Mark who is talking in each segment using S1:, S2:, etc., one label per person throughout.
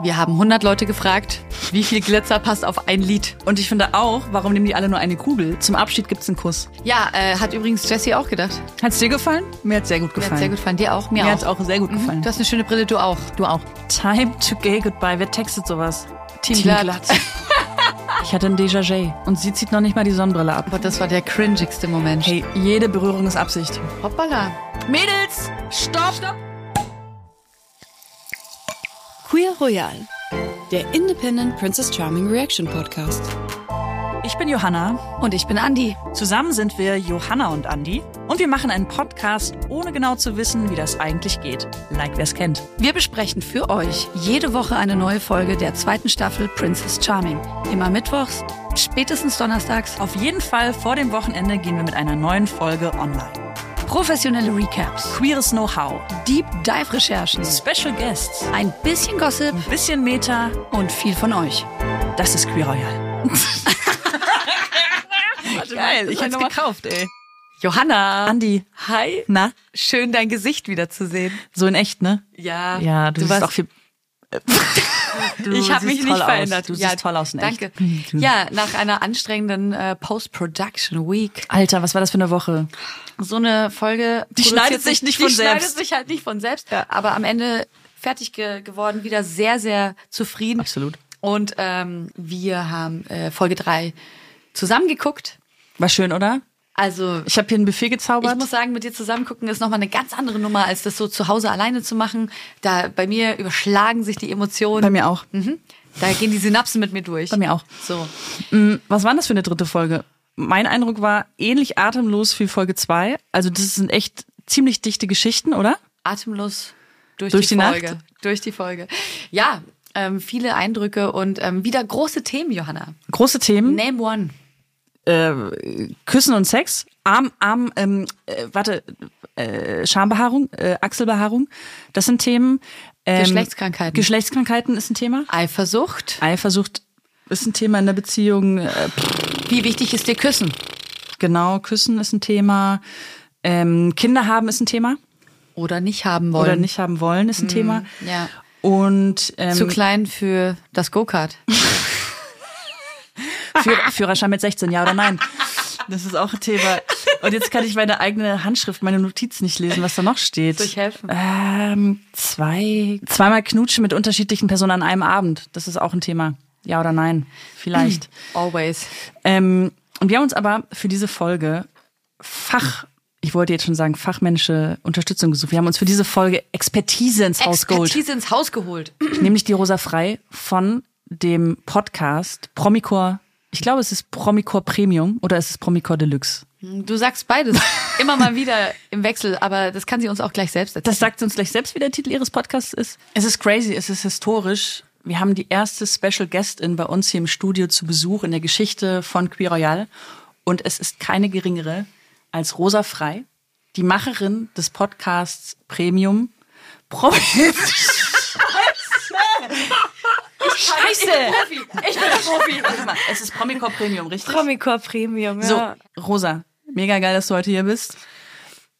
S1: Wir haben 100 Leute gefragt, wie viel Glitzer passt auf ein Lied.
S2: Und ich finde auch, warum nehmen die alle nur eine Kugel? Zum Abschied gibt's einen Kuss.
S1: Ja, äh, hat übrigens Jessie auch gedacht.
S2: Hat's dir gefallen? Mir hat's sehr gut
S1: Mir
S2: gefallen.
S1: hat sehr gut gefallen. Dir auch, mir,
S2: Mir
S1: auch.
S2: hat's auch sehr gut gefallen.
S1: Du hast eine schöne Brille, du auch.
S2: Du auch.
S3: Mhm. Time to gay goodbye. Wer textet sowas?
S1: Team
S2: Glatt.
S3: Ich hatte ein Déjà-vu und sie zieht noch nicht mal die Sonnenbrille ab.
S1: Boah, das war der cringigste Moment.
S2: Hey, jede Berührung ist Absicht.
S1: Hoppala.
S2: Mädels, stopp! stopp.
S4: Queer Royal, der Independent Princess Charming Reaction Podcast.
S3: Ich bin Johanna.
S1: Und ich bin Andi.
S3: Zusammen sind wir Johanna und Andi. Und wir machen einen Podcast, ohne genau zu wissen, wie das eigentlich geht. Like wer's kennt.
S1: Wir besprechen für euch jede Woche eine neue Folge der zweiten Staffel Princess Charming. Immer mittwochs, spätestens donnerstags.
S3: Auf jeden Fall vor dem Wochenende gehen wir mit einer neuen Folge online.
S1: Professionelle Recaps,
S3: Queeres Know-how,
S1: Deep Dive Recherchen,
S3: Special Guests,
S1: ein bisschen Gossip
S3: bisschen Meta.
S1: und viel von euch.
S3: Das ist Queer Royal.
S1: Geil, ich hab's gekauft.
S3: ey.
S1: Johanna.
S3: Andi.
S1: Hi.
S3: Na,
S1: Schön, dein Gesicht wieder zu sehen.
S3: so in echt, ne?
S1: Ja.
S3: Ja, du,
S1: Du
S3: siehst
S1: warst-
S3: auch viel. Du
S1: ich habe mich
S3: siehst
S1: nicht
S3: toll aus.
S1: verändert.
S3: Du
S1: ja,
S3: siehst toll aus, in echt. Hm,
S1: Danke. Ja, nach einer anstrengenden äh, Post-Production Week.
S3: Alter, was war das für eine Woche?
S1: So eine Folge. Die
S3: schneidet sich nicht von
S1: die
S3: selbst.
S1: schneidet sich halt nicht von selbst. Aber am Ende fertig ge geworden, wieder sehr, sehr zufrieden.
S3: Absolut.
S1: Und ähm, wir haben äh, Folge drei zusammengeguckt.
S3: War schön, oder?
S1: Also
S3: Ich habe hier ein Buffet
S1: Ich
S3: gezaubert.
S1: muss sagen, mit dir zusammen gucken ist nochmal eine ganz andere Nummer, als das so zu Hause alleine zu machen. Da bei mir überschlagen sich die Emotionen.
S3: Bei mir auch.
S1: Mhm. Da gehen die Synapsen mit mir durch.
S3: Bei mir auch.
S1: So.
S3: Mm, Was war das für eine dritte Folge? Mein Eindruck war ähnlich atemlos wie Folge zwei. Also das sind echt ziemlich dichte Geschichten, oder?
S1: Atemlos durch,
S3: Durch
S1: die,
S3: die
S1: Folge.
S3: Nacht?
S1: Durch die Folge. Ja, ähm, viele Eindrücke und ähm, wieder große Themen, Johanna.
S3: Große Themen.
S1: Name one.
S3: Äh, Küssen und Sex. Arm, Arm, ähm, äh, warte, äh, Schambehaarung, äh, Achselbehaarung. Das sind Themen. Ähm,
S1: Geschlechtskrankheiten.
S3: Geschlechtskrankheiten ist ein Thema.
S1: Eifersucht.
S3: Eifersucht ist ein Thema in der Beziehung. Äh,
S1: Wie wichtig ist dir Küssen?
S3: genau, Küssen ist ein Thema. Ähm, Kinder haben ist ein Thema.
S1: Oder nicht haben wollen.
S3: Oder nicht haben wollen Mhm. ist ein Thema.
S1: ja.
S3: Und ähm,
S1: Zu klein für das Go-Kart.
S3: Führ- Führerschein mit 16, ja oder nein? Das ist auch ein Thema. Und jetzt kann ich meine eigene Handschrift, meine Notiz nicht lesen, was da noch steht.
S1: Soll ich helfen?
S3: Ähm, zwei, zweimal knutschen mit unterschiedlichen Personen an einem Abend. Das ist auch ein Thema. Ja oder nein? Vielleicht.
S1: Always.
S3: Ähm, und wir haben uns aber für diese Folge Fach, ich wollte jetzt schon sagen, Fachmännische Unterstützung gesucht. Wir haben uns für diese Folge Expertise ins Haus geholt.
S1: Expertise ins Haus geholt.
S3: Nämlich die Rosa Frei von dem Podcast Promicor. Ich glaube, es ist Promicor Premium oder es ist Promicor Deluxe.
S1: Du sagst beides immer mal wieder im Wechsel, aber das kann sie uns auch gleich selbst erzählen.
S3: Das sagt sie uns gleich selbst, wie der Titel ihres Podcasts ist. Es ist crazy, es ist historisch. Wir haben die erste Special Guestin bei uns hier im Studio zu Besuch in der Geschichte von Queer Royal. Und es ist keine geringere als Rosa Frei, die Macherin des Podcasts Premium. Pro Scheiße!
S1: Ich bin Profi. Ich bin Profi.
S3: Warte mal, Es ist Promicor Premium, richtig?
S5: Promicor Premium,
S3: So,
S5: ja.
S3: Rosa, mega geil, dass du heute hier bist.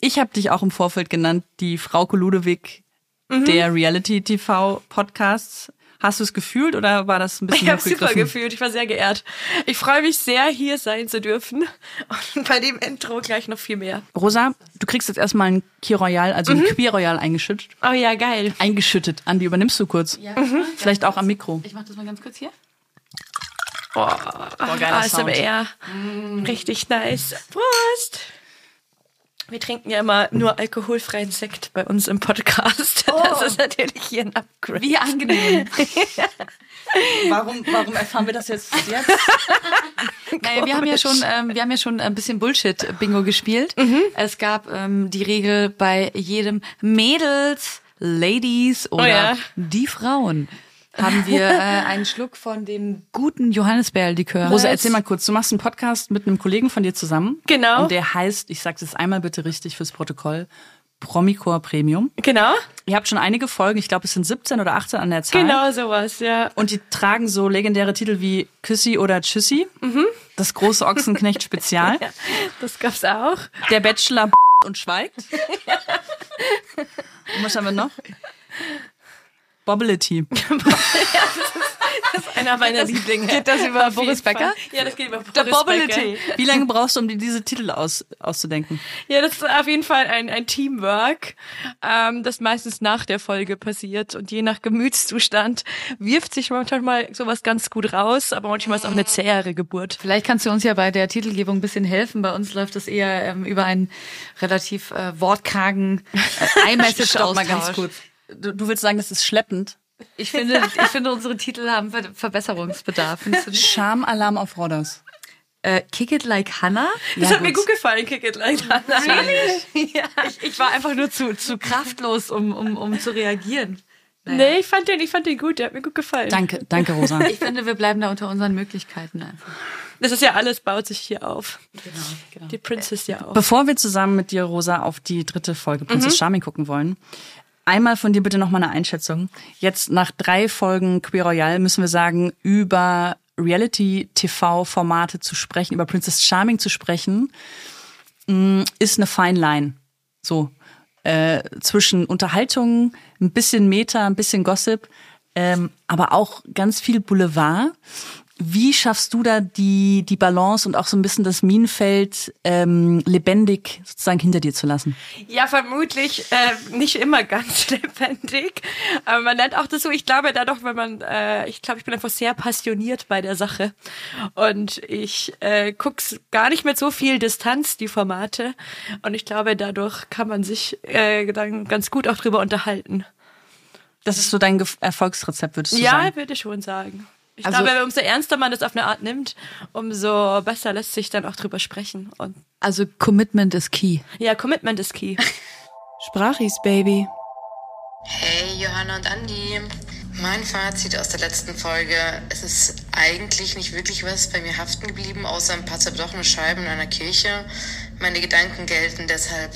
S3: Ich habe dich auch im Vorfeld genannt, die Frau Ludewig
S5: Mhm.
S3: der Reality TV Podcasts. Hast du es gefühlt oder war das ein bisschen
S5: Ich habe super
S3: hochgegriffen?
S5: gefühlt, ich war sehr geehrt. Ich freue mich sehr, hier sein zu dürfen. Und bei dem Intro gleich noch viel mehr.
S3: Rosa, du kriegst jetzt erstmal ein Key Royal, also
S5: Mhm.
S3: ein Queer Royal eingeschüttet.
S5: Oh ja, geil.
S3: Eingeschüttet. Andi, übernimmst du kurz? Ja.
S5: Mhm.
S3: Vielleicht auch am Mikro.
S1: Ich mach das mal ganz kurz hier.
S5: Boah, Ah, Mm.
S3: geiler
S5: ASMR. Richtig nice. Prost! Wir trinken ja immer nur alkoholfreien Sekt bei uns im Podcast. Das ist natürlich hier ein Upgrade.
S1: Wie angenehm.
S3: Warum, warum erfahren wir das jetzt? jetzt?
S1: Naja, wir haben ja schon, ähm, wir haben ja schon ein bisschen Bullshit-Bingo gespielt. Es gab ähm, die Regel bei jedem Mädels, Ladies oder
S5: ja.
S1: die Frauen haben wir äh, einen Schluck von dem guten Johannisbeerlikör.
S3: Rosa, erzähl mal kurz. Du machst einen Podcast mit einem Kollegen von dir zusammen.
S5: Genau.
S3: Und der heißt, ich sag's jetzt einmal bitte richtig fürs Protokoll, Promicor Premium.
S5: Genau,
S3: Ihr habt schon einige Folgen, ich glaube, es sind 17 oder 18 an der Zahl.
S5: genau sowas, ja.
S3: Und die tragen so legendäre Titel wie Küssi oder Tschüssi, das große Ochsenknecht Spezial,
S5: Das gab's auch.
S3: der Bachelor und schweigt. Und was haben wir noch? Bobbility.
S5: Das ist einer meiner Lieblinge.
S1: Geht das über
S5: Auf jeden
S1: Boris Becker?
S5: Fall. Ja, das geht über Boris
S3: Der
S5: Becker.
S3: Bobbility. Wie lange brauchst du, um dir diese Titel aus, auszudenken?
S5: Ja, das ist auf jeden Fall ein, ein Teamwork, ähm, das meistens nach der Folge passiert. Und je nach Gemütszustand wirft sich manchmal sowas ganz gut raus, aber manchmal ist auch eine zähere Geburt.
S1: Vielleicht kannst du uns ja bei der Titelgebung ein bisschen helfen. Bei uns läuft das eher ähm, über einen relativ äh, wortkargen äh, iMessage
S3: Stopp
S1: aus.
S3: mal ganz kurz. Du, du willst sagen, das ist schleppend?
S1: Ich finde, ich finde unsere Titel haben Ver Verbesserungsbedarf. Findest du nicht?
S3: Schamalarm auf Rodders.
S1: Äh, Kick it like Hannah.
S5: Das
S3: Ja,
S5: hat mir
S3: gut.
S5: gut gefallen, Kick It Like Really? ja. Ich, ich
S1: Ich war einfach nur zu, zu kraftlos, um, um, um zu reagieren.
S5: Nee, ich fand den, ich fand den gut, der hat mir gut gefallen.
S3: Danke, danke, Rosa.
S1: Ich finde, wir bleiben da unter unseren Möglichkeiten einfach.
S5: Das ist ja alles, baut sich hier auf. Genau, genau. Die Princess ja auch.
S3: Bevor wir zusammen mit dir, Rosa, auf die dritte Folge Princess Charming gucken wollen, einmal von dir bitte nochmal eine Einschätzung. Jetzt nach drei Folgen Queer Royale müssen wir sagen, über Reality-TV-Formate zu sprechen, über Princess Charming zu sprechen, mh, ist eine Fine Line. So. Äh, zwischen Unterhaltung, ein bisschen Meta, ein bisschen Gossip, ähm, aber auch ganz viel Boulevard. Wie schaffst du da die, die Balance und auch so ein bisschen das Minenfeld ähm, lebendig sozusagen hinter dir zu lassen?
S5: Ja, vermutlich äh, nicht immer ganz lebendig. Aber man lernt auch dazu. Ich glaube dadurch, wenn man, äh, ich glaube, ich bin einfach sehr passioniert bei der Sache. Und ich äh, guck's gar nicht mit so viel Distanz, die Formate. Und ich glaube, dadurch kann man sich äh, dann ganz gut auch drüber unterhalten.
S3: Das ist so dein Ge Erfolgsrezept, würdest du
S5: ja,
S3: sagen?
S5: würde ich schon sagen. Ich
S1: Also-
S5: glaube, umso ernster man das auf eine Art nimmt, umso besser lässt sich dann auch drüber sprechen. Und
S1: Also Commitment is key.
S5: ja, Commitment ist key.
S4: Sprachis Baby.
S6: Hey Johanna und Andi. Mein Fazit aus der letzten Folge. Es ist eigentlich nicht wirklich was bei mir haften geblieben, außer ein paar zerbrochene Scheiben in einer Kirche. Meine Gedanken gelten deshalb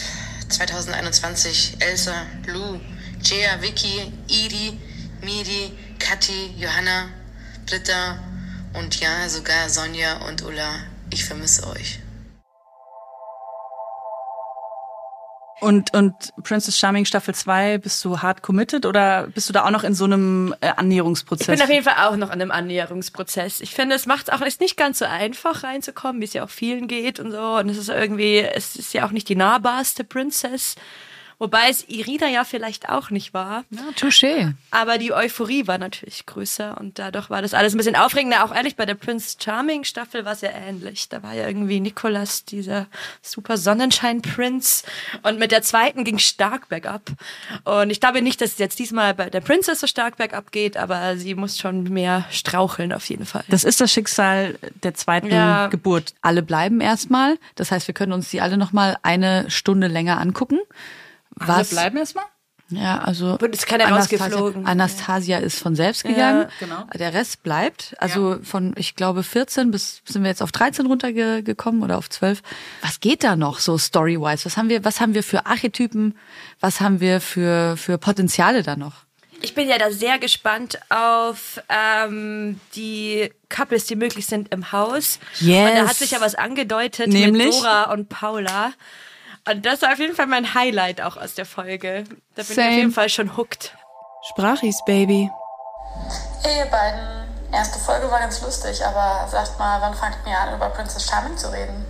S6: 2021 Elsa, Lou, Jia, Vicky, Iri, Miri, Kathi, Johanna, Britta und ja, sogar Sonja und Ulla. Ich vermisse euch.
S3: Und, und Princess Charming Staffel 2, bist du hart committed oder bist du da auch noch in so einem äh, Annäherungsprozess?
S5: Ich bin auf jeden Fall auch noch an einem Annäherungsprozess. Ich finde, es macht auch ist nicht ganz so einfach reinzukommen, wie es ja auch vielen geht und so. Und es ist irgendwie, es ist ja auch nicht die nahbarste Princess. Wobei es Irina ja vielleicht auch nicht war.
S1: Ja, touché.
S5: Aber die Euphorie war natürlich größer und dadurch war das alles ein bisschen aufregender. Auch ehrlich, bei der Prince Charming Staffel war es ja ähnlich. Da war ja irgendwie Nicolas, dieser super Sonnenschein-Prinz. Und mit der zweiten ging stark bergab. Und ich glaube nicht, dass es jetzt diesmal bei der Princess so stark bergab geht, aber sie muss schon mehr straucheln auf jeden Fall.
S3: das ist das Schicksal der zweiten
S5: Ja.
S3: Geburt.
S1: Alle bleiben erstmal. Das heißt, wir können uns die alle nochmal eine Stunde länger angucken. Was?
S3: erstmal?
S1: Ja, also
S5: Wird- ist keiner
S1: Anastasia,
S5: rausgeflogen.
S1: Anastasia ist von selbst gegangen.
S3: genau.
S1: Der Rest bleibt. Also von, ich glaube, 14 bis sind wir jetzt auf 13 runtergekommen oder auf 12. Was geht da noch so story-wise? Was haben wir, was haben wir für Archetypen? Was haben wir für, für Potenziale da noch?
S5: Ich bin ja da sehr gespannt auf ähm, die Couples, die möglich sind im Haus.
S3: Yes.
S5: Und da hat sich ja was angedeutet mit
S3: Nämlich?
S5: Dora und Paula. Und das war auf jeden Fall mein Highlight auch aus der Folge. Da bin ich
S1: Same.
S5: auf jeden Fall schon hooked.
S4: Sprachis Baby.
S7: Hey ihr beiden, erste Folge war ganz lustig, aber sagt mal, wann fangt ihr an, über Princess Charming zu reden?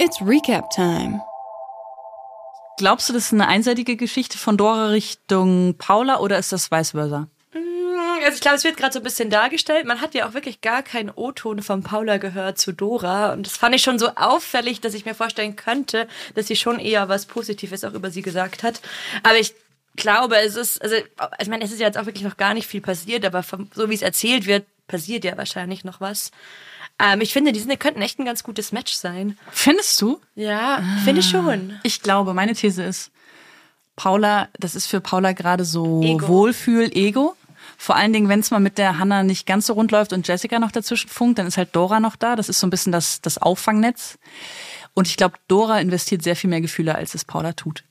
S4: It's Recap Time.
S3: Glaubst du, das ist eine einseitige Geschichte von Dora Richtung Paula oder ist das vice versa?
S5: Also ich glaube, es wird gerade so ein bisschen dargestellt. Man hat ja auch wirklich gar keinen O-Ton von Paula gehört zu Dora. Und das fand ich schon so auffällig, dass ich mir vorstellen könnte, dass sie schon eher was Positives auch über sie gesagt hat. Aber ich glaube, es ist, also ich meine, es ist ja jetzt auch wirklich noch gar nicht viel passiert, aber vom, so wie es erzählt wird, passiert ja wahrscheinlich noch was. Ähm, ich finde, die sind, könnten echt ein ganz gutes Match sein.
S3: Findest du?
S5: Ja, finde ich schon.
S3: Ich glaube, meine These ist, Paula, das ist für Paula gerade so
S5: Ego.
S3: Wohlfühl, Ego. Vor allen Dingen, wenn es mal mit der Hanna nicht ganz so rund läuft und Jessica noch dazwischen funkt, dann ist halt Dora noch da. Das ist so ein bisschen das, das Auffangnetz. Und ich glaube, Dora investiert sehr viel mehr Gefühle, als es Paula tut.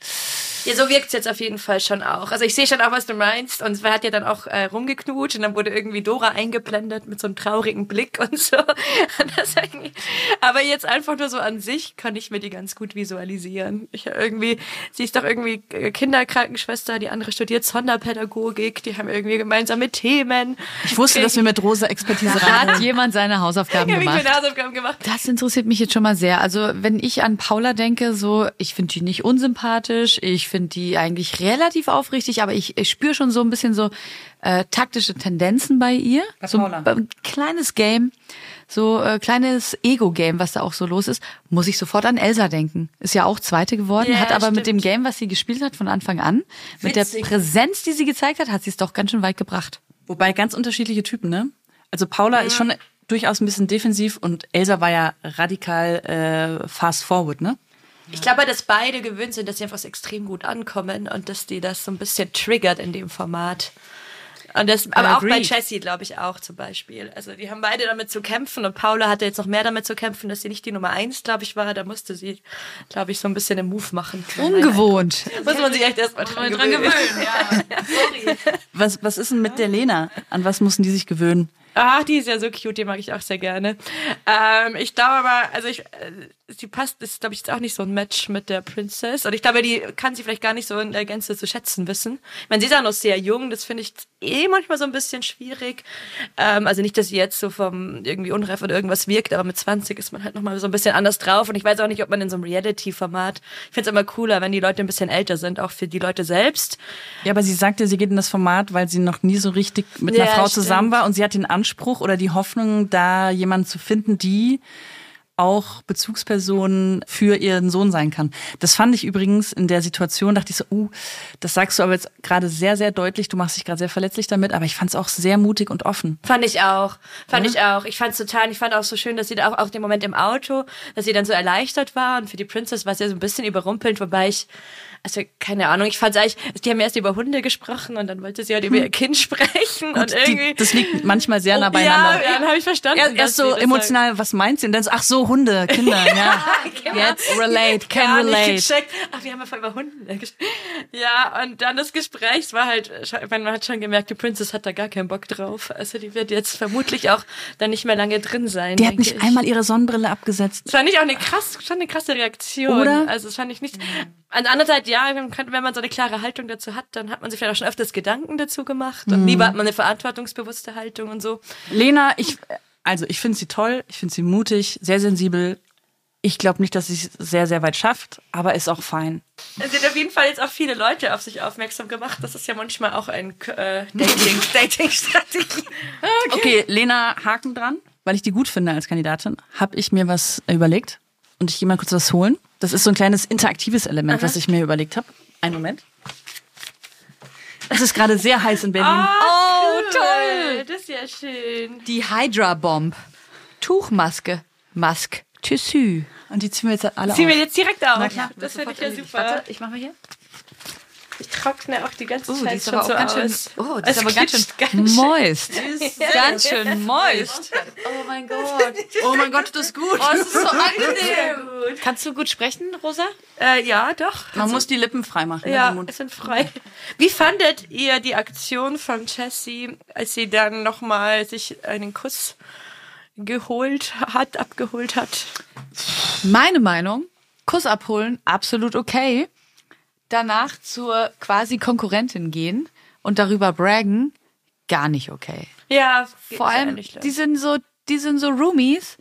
S5: Ja, so wirkt's jetzt auf jeden Fall schon auch. Also ich sehe schon auch, was du meinst. Und man hat ja dann auch äh, rumgeknutscht und dann wurde irgendwie Dora eingeblendet mit so einem traurigen Blick und so. Und das irgendwie- Aber jetzt einfach nur so an sich kann ich mir die ganz gut visualisieren. Ich hab irgendwie, sie ist doch irgendwie äh, Kinderkrankenschwester, die andere studiert Sonderpädagogik, die haben irgendwie gemeinsame Themen.
S3: Ich wusste, dass wir mit rosa Expertise
S1: Hat
S3: reinholen.
S1: jemand seine Hausaufgaben
S5: Ja, wie
S1: gemacht?
S5: viele Hausaufgaben gemacht.
S1: Das interessiert mich jetzt schon mal sehr. Also wenn ich an Paula denke, so ich finde die nicht unsympathisch, ich finde die eigentlich relativ aufrichtig, aber ich, ich spüre schon so ein bisschen so äh, taktische Tendenzen bei ihr. Bei so
S3: Paula.
S1: ein, ein kleines Game, so äh, kleines Ego-Game, was da auch so los ist. Muss ich sofort an Elsa denken. Ist ja auch Zweite geworden,
S5: Ja,
S1: hat aber mit dem
S5: stimmt.
S1: Game, was sie gespielt hat von Anfang an, mit der
S5: Witzig.
S1: Präsenz, die sie gezeigt hat, hat sie es doch ganz schön weit gebracht.
S3: Wobei ganz unterschiedliche Typen, ne? Also Paula ist schon durchaus ein bisschen defensiv und Elsa war ja radikal äh, fast forward, ne?
S5: Ich glaube, dass beide gewöhnt sind, dass sie einfach extrem gut ankommen und dass die das so ein bisschen triggert in dem Format. Und das, aber auch bei
S3: Agreed.
S5: Jessie, glaube ich, auch zum Beispiel. Also die haben beide damit zu kämpfen und Paula hatte jetzt noch mehr damit zu kämpfen, dass sie nicht die Nummer eins, glaube ich, war. Da musste sie, glaube ich, so ein bisschen einen Move machen.
S1: Ungewohnt.
S5: Muss man sich echt erstmal dran, dran gewöhnen.
S3: Was, was ist denn mit der Lena? An was mussten die sich gewöhnen?
S5: Ah, die ist ja so cute, die mag ich auch sehr gerne. Ähm, ich glaube aber, also ich, äh, sie passt, ist glaube ich jetzt auch nicht so ein Match mit der Princess. Und ich glaube, die kann sie vielleicht gar nicht so in der Gänze zu schätzen wissen. Ich meine, sie ist auch noch sehr jung, das finde ich eh manchmal so ein bisschen schwierig. Ähm, also nicht, dass sie jetzt so vom irgendwie unreif oder irgendwas wirkt, aber mit 20 ist man halt nochmal so ein bisschen anders drauf. Und ich weiß auch nicht, ob man in so einem Reality-Format, ich finde es immer cooler, wenn die Leute ein bisschen älter sind, auch für die Leute selbst.
S3: Ja, aber sie sagte, sie geht in das Format, weil sie noch nie so richtig mit einer
S5: Ja,
S3: Frau
S5: stimmt.
S3: zusammen war und sie hat den Anspruch oder die Hoffnung, da jemanden zu finden, die auch Bezugsperson für ihren Sohn sein kann. Das fand ich übrigens in der Situation, dachte ich so, uh, das sagst du aber jetzt gerade sehr, sehr deutlich, du machst dich gerade sehr verletzlich damit, aber ich fand es auch sehr mutig und offen.
S5: Fand ich auch. Fand
S3: Mhm.
S5: ich auch. Ich fand's total. Ich fand auch so schön, dass sie da auch, auch den Moment im Auto, dass sie dann so erleichtert war. Und für die Princess war es ja so ein bisschen überrumpelnd, wobei ich, also keine Ahnung, ich fand's eigentlich, die haben erst über Hunde gesprochen und dann wollte sie halt über ihr Kind sprechen und
S3: Hm. die-
S5: irgendwie.
S3: das liegt manchmal sehr nah
S5: Oh,
S3: beieinander.
S5: Ja, ja, dann habe ich verstanden.
S3: Erst, erst
S5: dass sie
S3: so
S5: das
S3: emotional, was meint sie? Und dann so, ach so, Hunde, Kinder, ja.
S5: genau.
S3: Jetzt relate,
S5: halt gar
S3: can relate.
S5: nicht gecheckt. Ach, wir haben ja voll über Hunde gesprochen. Ja, und dann das Gespräch es war halt, ich meine, man hat schon gemerkt, die Princess hat da gar keinen Bock drauf. Also die wird jetzt vermutlich auch dann nicht mehr lange drin sein.
S3: Die hat
S5: denke
S3: nicht
S5: ich.
S3: einmal ihre Sonnenbrille abgesetzt.
S5: Das fand ich auch eine krass, schon eine krasse Reaktion.
S3: Oder?
S5: Also das fand ich nicht. An der anderen Seite, ja, man kann- wenn man so eine klare Haltung dazu hat, dann hat man sich vielleicht auch schon öfters Gedanken dazu gemacht. Und lieber hat man eine verantwortungsbewusste Haltung und so.
S3: Lena, ich, also ich finde sie toll, ich finde sie mutig, sehr sensibel. Ich glaube nicht, dass sie es sehr, sehr weit schafft, aber ist auch fein.
S5: Also Sie hat auf jeden Fall jetzt auch viele Leute auf sich aufmerksam gemacht. Das ist ja manchmal auch ein äh, Dating- Dating-Strategie.
S3: Okay, Lena, Haken dran. Weil ich die gut finde als Kandidatin, habe ich mir was überlegt und ich gehe mal kurz was holen. Das ist so ein kleines interaktives Element, was ich mir überlegt habe. Einen Moment. Es ist gerade sehr heiß in Berlin.
S5: oh, toll! Das ist ja schön.
S1: Die Hydra Bomb. Tuchmaske. Mask. Tissu.
S3: Und die ziehen wir jetzt alle
S5: Ziehen
S3: auf.
S5: wir jetzt direkt auf.
S3: klar.
S5: das finde ich ja super.
S1: ich mach mal hier.
S5: Ich trockne auch die ganze
S1: Oh,
S5: Zeit
S1: die ist
S5: schon
S1: aber auch
S5: so
S1: ganz
S5: aus.
S1: schön. Oh, die
S5: Es
S1: ist aber ganz schön,
S5: glitscht ganz schön.
S1: moist. ganz schön moist. Oh mein Gott.
S3: Oh mein Gott, das ist gut.
S1: Oh, es ist so angenehm. Kannst du gut sprechen, Rosa?
S5: Äh, ja, doch.
S3: Man muss die Lippen freimachen. ne, den
S5: Ja,
S3: Mund.
S5: es sind frei. Wie fandet ihr die Aktion von Jessie, als sie dann nochmal sich einen Kuss geholt hat, abgeholt hat?
S1: Meine Meinung, Kuss abholen, absolut okay. Danach zur quasi Konkurrentin gehen und darüber braggen, gar nicht okay.
S5: Ja,
S1: Vor allem, die sind so, die sind so Roomies.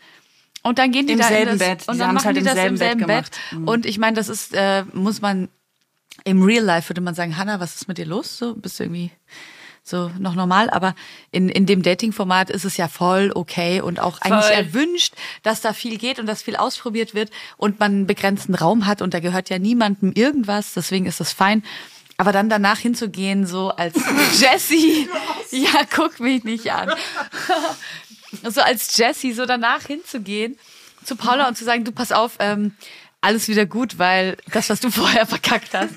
S1: Und dann gehen die
S3: Im
S1: da
S3: selben
S1: in das,
S3: Bett.
S1: und
S3: Die
S1: dann
S3: haben's
S1: machen
S3: halt
S1: die
S3: im
S1: das im
S3: selben Bett Mhm.
S1: selben Bett. Und ich meine, das ist, äh, muss man im Real Life würde man sagen, Hanna, was ist mit dir los? So bist du irgendwie so noch normal, aber in, in dem Dating-Format ist es ja voll okay und auch eigentlich
S5: Voll.
S1: erwünscht, dass da viel geht und dass viel ausprobiert wird und man einen begrenzten Raum hat und da gehört ja niemandem irgendwas, deswegen ist das fein. Aber dann danach hinzugehen, so als Jessie, ja, guck mich nicht an. so als Jessie, so danach hinzugehen zu Paula und zu sagen, du pass auf, ähm, alles wieder gut, weil das, was du vorher verkackt hast,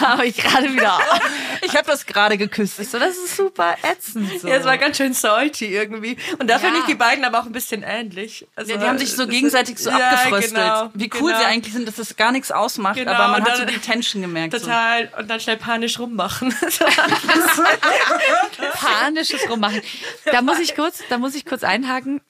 S1: habe ich gerade wieder auf. Ich habe das gerade geküsst. Ich so, das ist super ätzend. So.
S5: Ja, es war ganz schön salty irgendwie. Und da finde ich die beiden aber auch ein bisschen ähnlich. Also,
S3: Ja, die haben sich so
S5: das
S3: gegenseitig
S5: ist-
S3: so
S5: Ja,
S3: abgefröstelt.
S5: genau,
S3: Wie cool
S5: genau.
S3: sie eigentlich sind, dass das gar nichts ausmacht,
S5: Genau,
S3: aber man
S5: und
S3: hat so
S5: dann-
S3: die Tension gemerkt.
S5: Total. Und dann schnell panisch rummachen.
S1: panisches Rummachen. Da muss ich kurz, da muss ich kurz einhaken.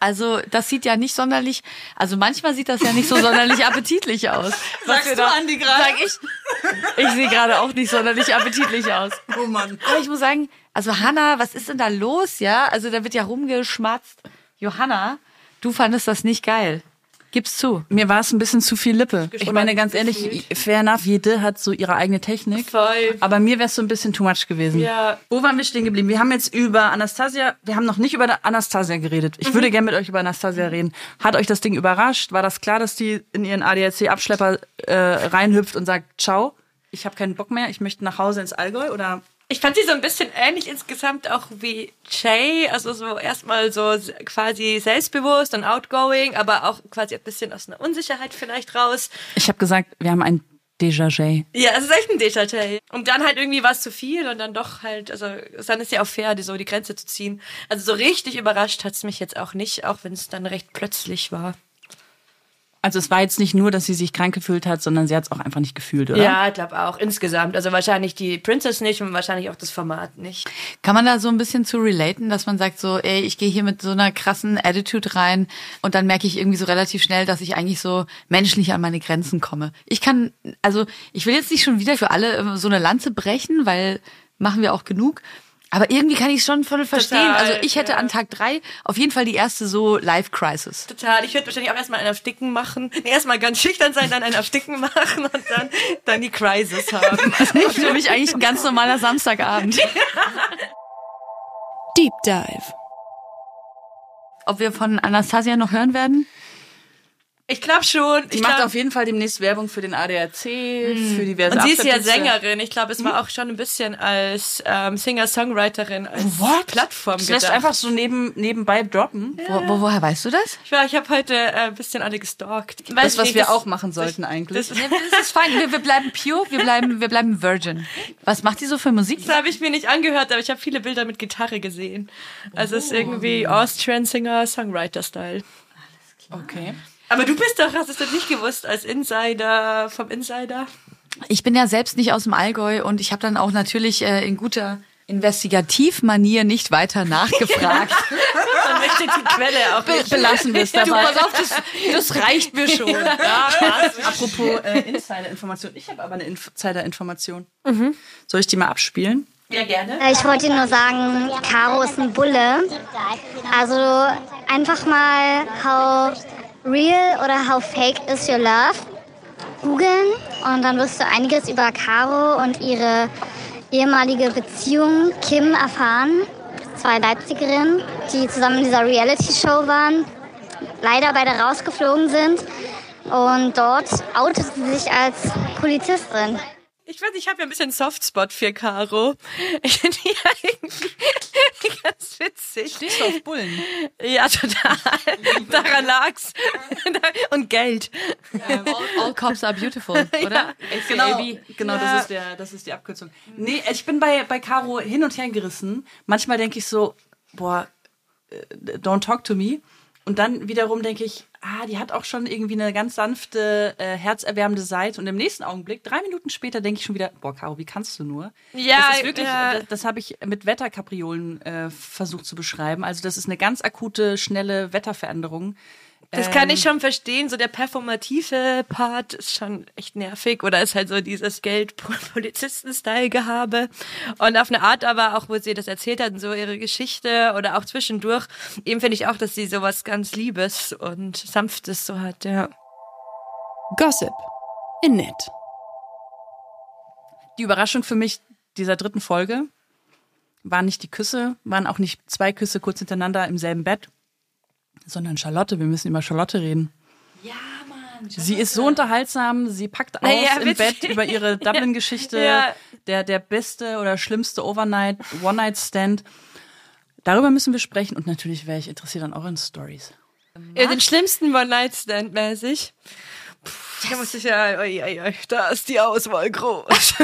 S1: Also, das sieht ja nicht sonderlich, also manchmal sieht das ja nicht so sonderlich appetitlich aus.
S3: So. Sagst du, Andi, gerade?
S1: Sag ich. Ich sehe gerade auch nicht sonderlich appetitlich aus.
S3: Oh Mann.
S1: Aber ich muss sagen, also Hanna, was ist denn da los, ja? Also da wird ja rumgeschmatzt. Johanna, du fandest das nicht geil. Gib's zu.
S3: Mir war es ein bisschen zu viel Lippe. Ich meine, ganz ehrlich, fair enough, jede hat so ihre eigene Technik.
S5: Voll.
S3: Aber mir wäre es so ein bisschen too much gewesen.
S5: Ja.
S3: Wo waren wir stehen geblieben? Wir haben jetzt über Anastasia, wir haben noch nicht über Anastasia geredet. Ich würde gerne mit euch über Anastasia reden. Hat euch das Ding überrascht? War das klar, dass die in ihren ADAC-Abschlepper äh, reinhüpft und sagt, ciao, ich habe keinen Bock mehr, ich möchte nach Hause ins Allgäu? Oder
S5: Ich fand sie so ein bisschen ähnlich insgesamt auch wie Jay, also so erstmal so s- quasi selbstbewusst und outgoing, aber auch quasi ein bisschen aus einer Unsicherheit vielleicht raus.
S3: ich habe gesagt, wir haben ein Déjà-vu.
S5: Ja, es ist echt ein déjà Jay. Und dann halt irgendwie war es zu viel und dann doch halt, also dann ist ja auch fair, die, so die Grenze zu ziehen. Also so richtig überrascht hat's mich jetzt auch nicht, auch wenn es dann recht plötzlich war.
S3: Also es war jetzt nicht nur, dass sie sich krank gefühlt hat, sondern sie hat es auch einfach nicht gefühlt, oder?
S5: Ja, ich glaube auch insgesamt. Also wahrscheinlich die Princess nicht und wahrscheinlich auch das Format nicht.
S1: Kann man da so ein bisschen zu relaten, dass man sagt so, ey, ich gehe hier mit so einer krassen Attitude rein und dann merke ich irgendwie so relativ schnell, dass ich eigentlich so menschlich an meine Grenzen komme. Ich kann, also ich will jetzt nicht schon wieder für alle ähm, so eine Lanze brechen, weil machen wir auch genug. Aber irgendwie kann ich es schon voll verstehen.
S5: Total,
S1: also ich hätte
S5: ja.
S1: an Tag drei auf jeden Fall die erste so Life-Crisis.
S5: Total. Ich würde wahrscheinlich auch erstmal einen auf Dicken machen. Nee, erstmal ganz schüchtern sein, dann einen auf Dicken machen und dann, dann die Crisis haben.
S1: Das ist für mich eigentlich ein ganz normaler Samstagabend.
S4: Deep Dive.
S1: Ob wir von Anastasia noch hören werden?
S5: Ich glaube schon.
S3: Die
S5: ich
S3: macht
S5: glaub,
S3: auf jeden Fall demnächst Werbung für den ADAC, für diverse
S5: und sie ist ja
S3: Abschnitte.
S5: Sängerin. Ich glaube, es war auch schon ein bisschen als ähm, Singer-Songwriterin als
S3: What?
S5: Plattform
S3: Das lässt
S5: gedacht.
S3: einfach so neben, nebenbei droppen.
S1: Wo, wo, woher weißt du das?
S5: Ich, war- ich habe heute äh, ein bisschen alle gestalkt. Weiß
S3: Das, was
S5: nicht,
S3: wir auch machen sollten eigentlich.
S5: Das,
S1: Das ist fein. Wir, wir bleiben pure, wir bleiben, wir bleiben virgin. Was macht die so für Musik?
S5: das habe ich mir nicht angehört, aber ich habe viele Bilder mit Gitarre gesehen. Also es ist irgendwie Austrian Singer Songwriter Style.
S3: Okay.
S5: Aber du bist doch, hast es doch nicht gewusst als Insider vom Insider.
S1: Ich bin ja selbst nicht aus dem Allgäu und ich habe dann auch natürlich äh, in guter Investigativmanier nicht weiter nachgefragt.
S5: Man möchte die Quelle auch nicht.
S1: Belassen wir es dabei. Du, pass auf, das, das reicht mir schon.
S3: Apropos äh, Insider-Information. Ich habe aber eine Insider-Information. Soll ich die mal abspielen?
S5: Ja, gerne.
S8: Äh, Ich wollte nur sagen, Caro ist ein Bulle. Also einfach mal, how real oder how fake is your love? Googeln und dann wirst du einiges über Caro und ihre ehemalige Beziehung Kim erfahren. Zwei Leipzigerinnen, die zusammen in dieser Reality-Show waren, leider beide rausgeflogen sind. Und dort outete sie sich als Polizistin.
S5: Ich weiß, ich habe ja ein bisschen einen Softspot für Caro. Ich finde die eigentlich ganz witzig.
S3: Stehst du auf Bullen?
S5: Ja, total. Daran lag's. Und Geld.
S1: All, all cops are beautiful, oder?
S3: Genau, genau das, ist der, das ist die Abkürzung. Nee, also ich bin bei, bei Caro hin und her gerissen. Manchmal denke ich so, boah, äh, don't talk to me. Und dann wiederum denke ich, ah, die hat auch schon irgendwie eine ganz sanfte, äh, herzerwärmende Seite. Und im nächsten Augenblick, drei Minuten später, denke ich schon wieder, boah, Caro, wie kannst du nur?
S5: Ja,
S3: das ist wirklich,
S5: ja.
S3: das, das habe ich mit Wetterkapriolen äh, versucht zu beschreiben. Also das ist eine ganz akute, schnelle Wetterveränderung.
S5: Das kann ich schon verstehen. So der performative Part ist schon echt nervig oder ist halt so dieses Geld-Polizisten-Style-Gehabe. Und auf eine Art aber auch, wo sie das erzählt hat und so ihre Geschichte oder auch zwischendurch, eben finde ich auch, dass sie sowas ganz Liebes und Sanftes so hat, ja.
S4: Gossip. Init.
S3: die Überraschung für mich dieser dritten Folge waren nicht die Küsse, waren auch nicht zwei Küsse kurz hintereinander im selben Bett, sondern Charlotte. Wir müssen über Charlotte reden. Ja, Mann. Sie ist so unterhaltsam, sie packt aus
S5: ja,
S3: im
S5: witzig.
S3: Bett über ihre Dublin-Geschichte,
S5: Ja.
S3: der, der beste oder schlimmste Overnight, One-Night-Stand. Darüber müssen wir sprechen und natürlich wäre ich interessiert an euren Stories.
S5: Ja, den schlimmsten One-Night-Stand mäßig. Da muss ich ja, oi, oi, oi, da ist die Auswahl groß.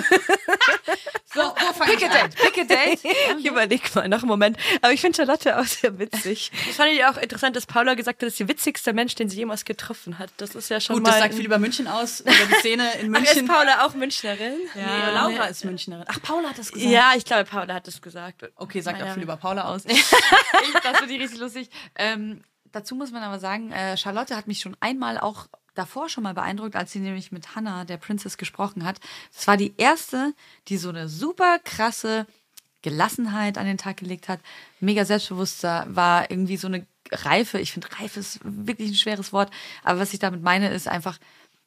S1: So, wo fang ich an?
S5: Pick a date. ich überleg mal noch einen Moment. Aber ich finde Charlotte auch sehr witzig. Ich fand ja auch interessant, dass Paula gesagt hat, das ist der witzigste Mensch, den sie jemals getroffen hat. Das ist ja schon
S3: Gut,
S5: mal...
S3: das sagt viel über München aus, über die Szene in
S5: Ach, ist
S3: München.
S5: Paula auch Münchnerin?
S3: ja, Laura ist Münchnerin. Ach, Paula hat das gesagt.
S5: Ja, ich glaube, Paula hat das gesagt.
S3: Okay, sagt
S1: Ja.
S3: auch viel über Paula aus.
S1: ich, das wird die richtig lustig. Ähm, dazu muss man aber sagen, äh, Charlotte hat mich schon einmal auch davor schon mal beeindruckt, als sie nämlich mit Hannah, der Princess, gesprochen hat. Es war die erste, die so eine super krasse Gelassenheit an den Tag gelegt hat, mega selbstbewusster, war irgendwie so eine Reife. Ich finde, Reife ist wirklich ein schweres Wort. Aber was ich damit meine, ist einfach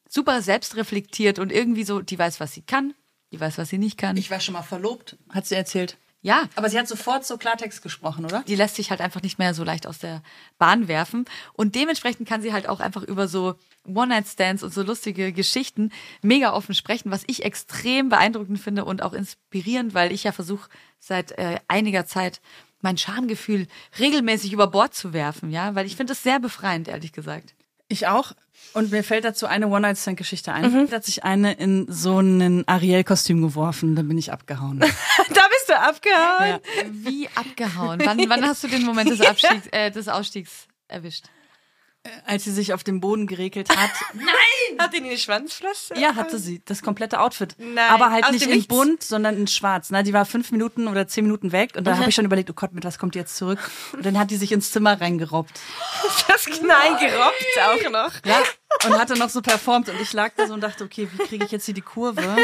S1: super selbstreflektiert und irgendwie so, die weiß, was sie kann, die weiß, was sie nicht kann.
S3: Ich war schon mal verlobt, hat sie erzählt.
S1: ja,
S3: Aber sie hat sofort so Klartext gesprochen, oder?
S1: die lässt sich halt einfach nicht mehr so leicht aus der Bahn werfen. Und dementsprechend kann sie halt auch einfach über so One-Night-Stands und so lustige Geschichten mega offen sprechen, was ich extrem beeindruckend finde und auch inspirierend, weil ich ja versuche seit äh, einiger Zeit mein Schamgefühl regelmäßig über Bord zu werfen, ja, weil ich finde das sehr befreiend, ehrlich gesagt.
S3: Ich auch. Und mir fällt dazu eine One-Night-Stand-Geschichte ein. Da hat sich eine in so einen Ariel-Kostüm geworfen, dann bin ich abgehauen.
S5: Da bist du abgehauen.
S3: ja.
S1: Wie abgehauen. Wann, wann hast du den Moment des, Abstiegs, äh, des Ausstiegs erwischt?
S3: Als sie sich auf dem Boden geregelt hat.
S5: Hat ihn in die Schwanzflosse?
S3: ja, hatte sie das komplette Outfit.
S5: Nein,
S3: Aber halt
S5: aus
S3: nicht
S5: dem
S3: in
S5: Nichts.
S3: bunt, sondern in schwarz. Na, die war fünf Minuten oder zehn Minuten weg und da habe ich schon überlegt, oh Gott, mit was kommt die jetzt zurück? Und dann hat die sich ins Zimmer reingerobbt.
S5: Das Knall gerobbt auch noch.
S3: Ja, und hatte noch so performt und ich lag da so und dachte, okay, wie kriege ich jetzt hier die Kurve?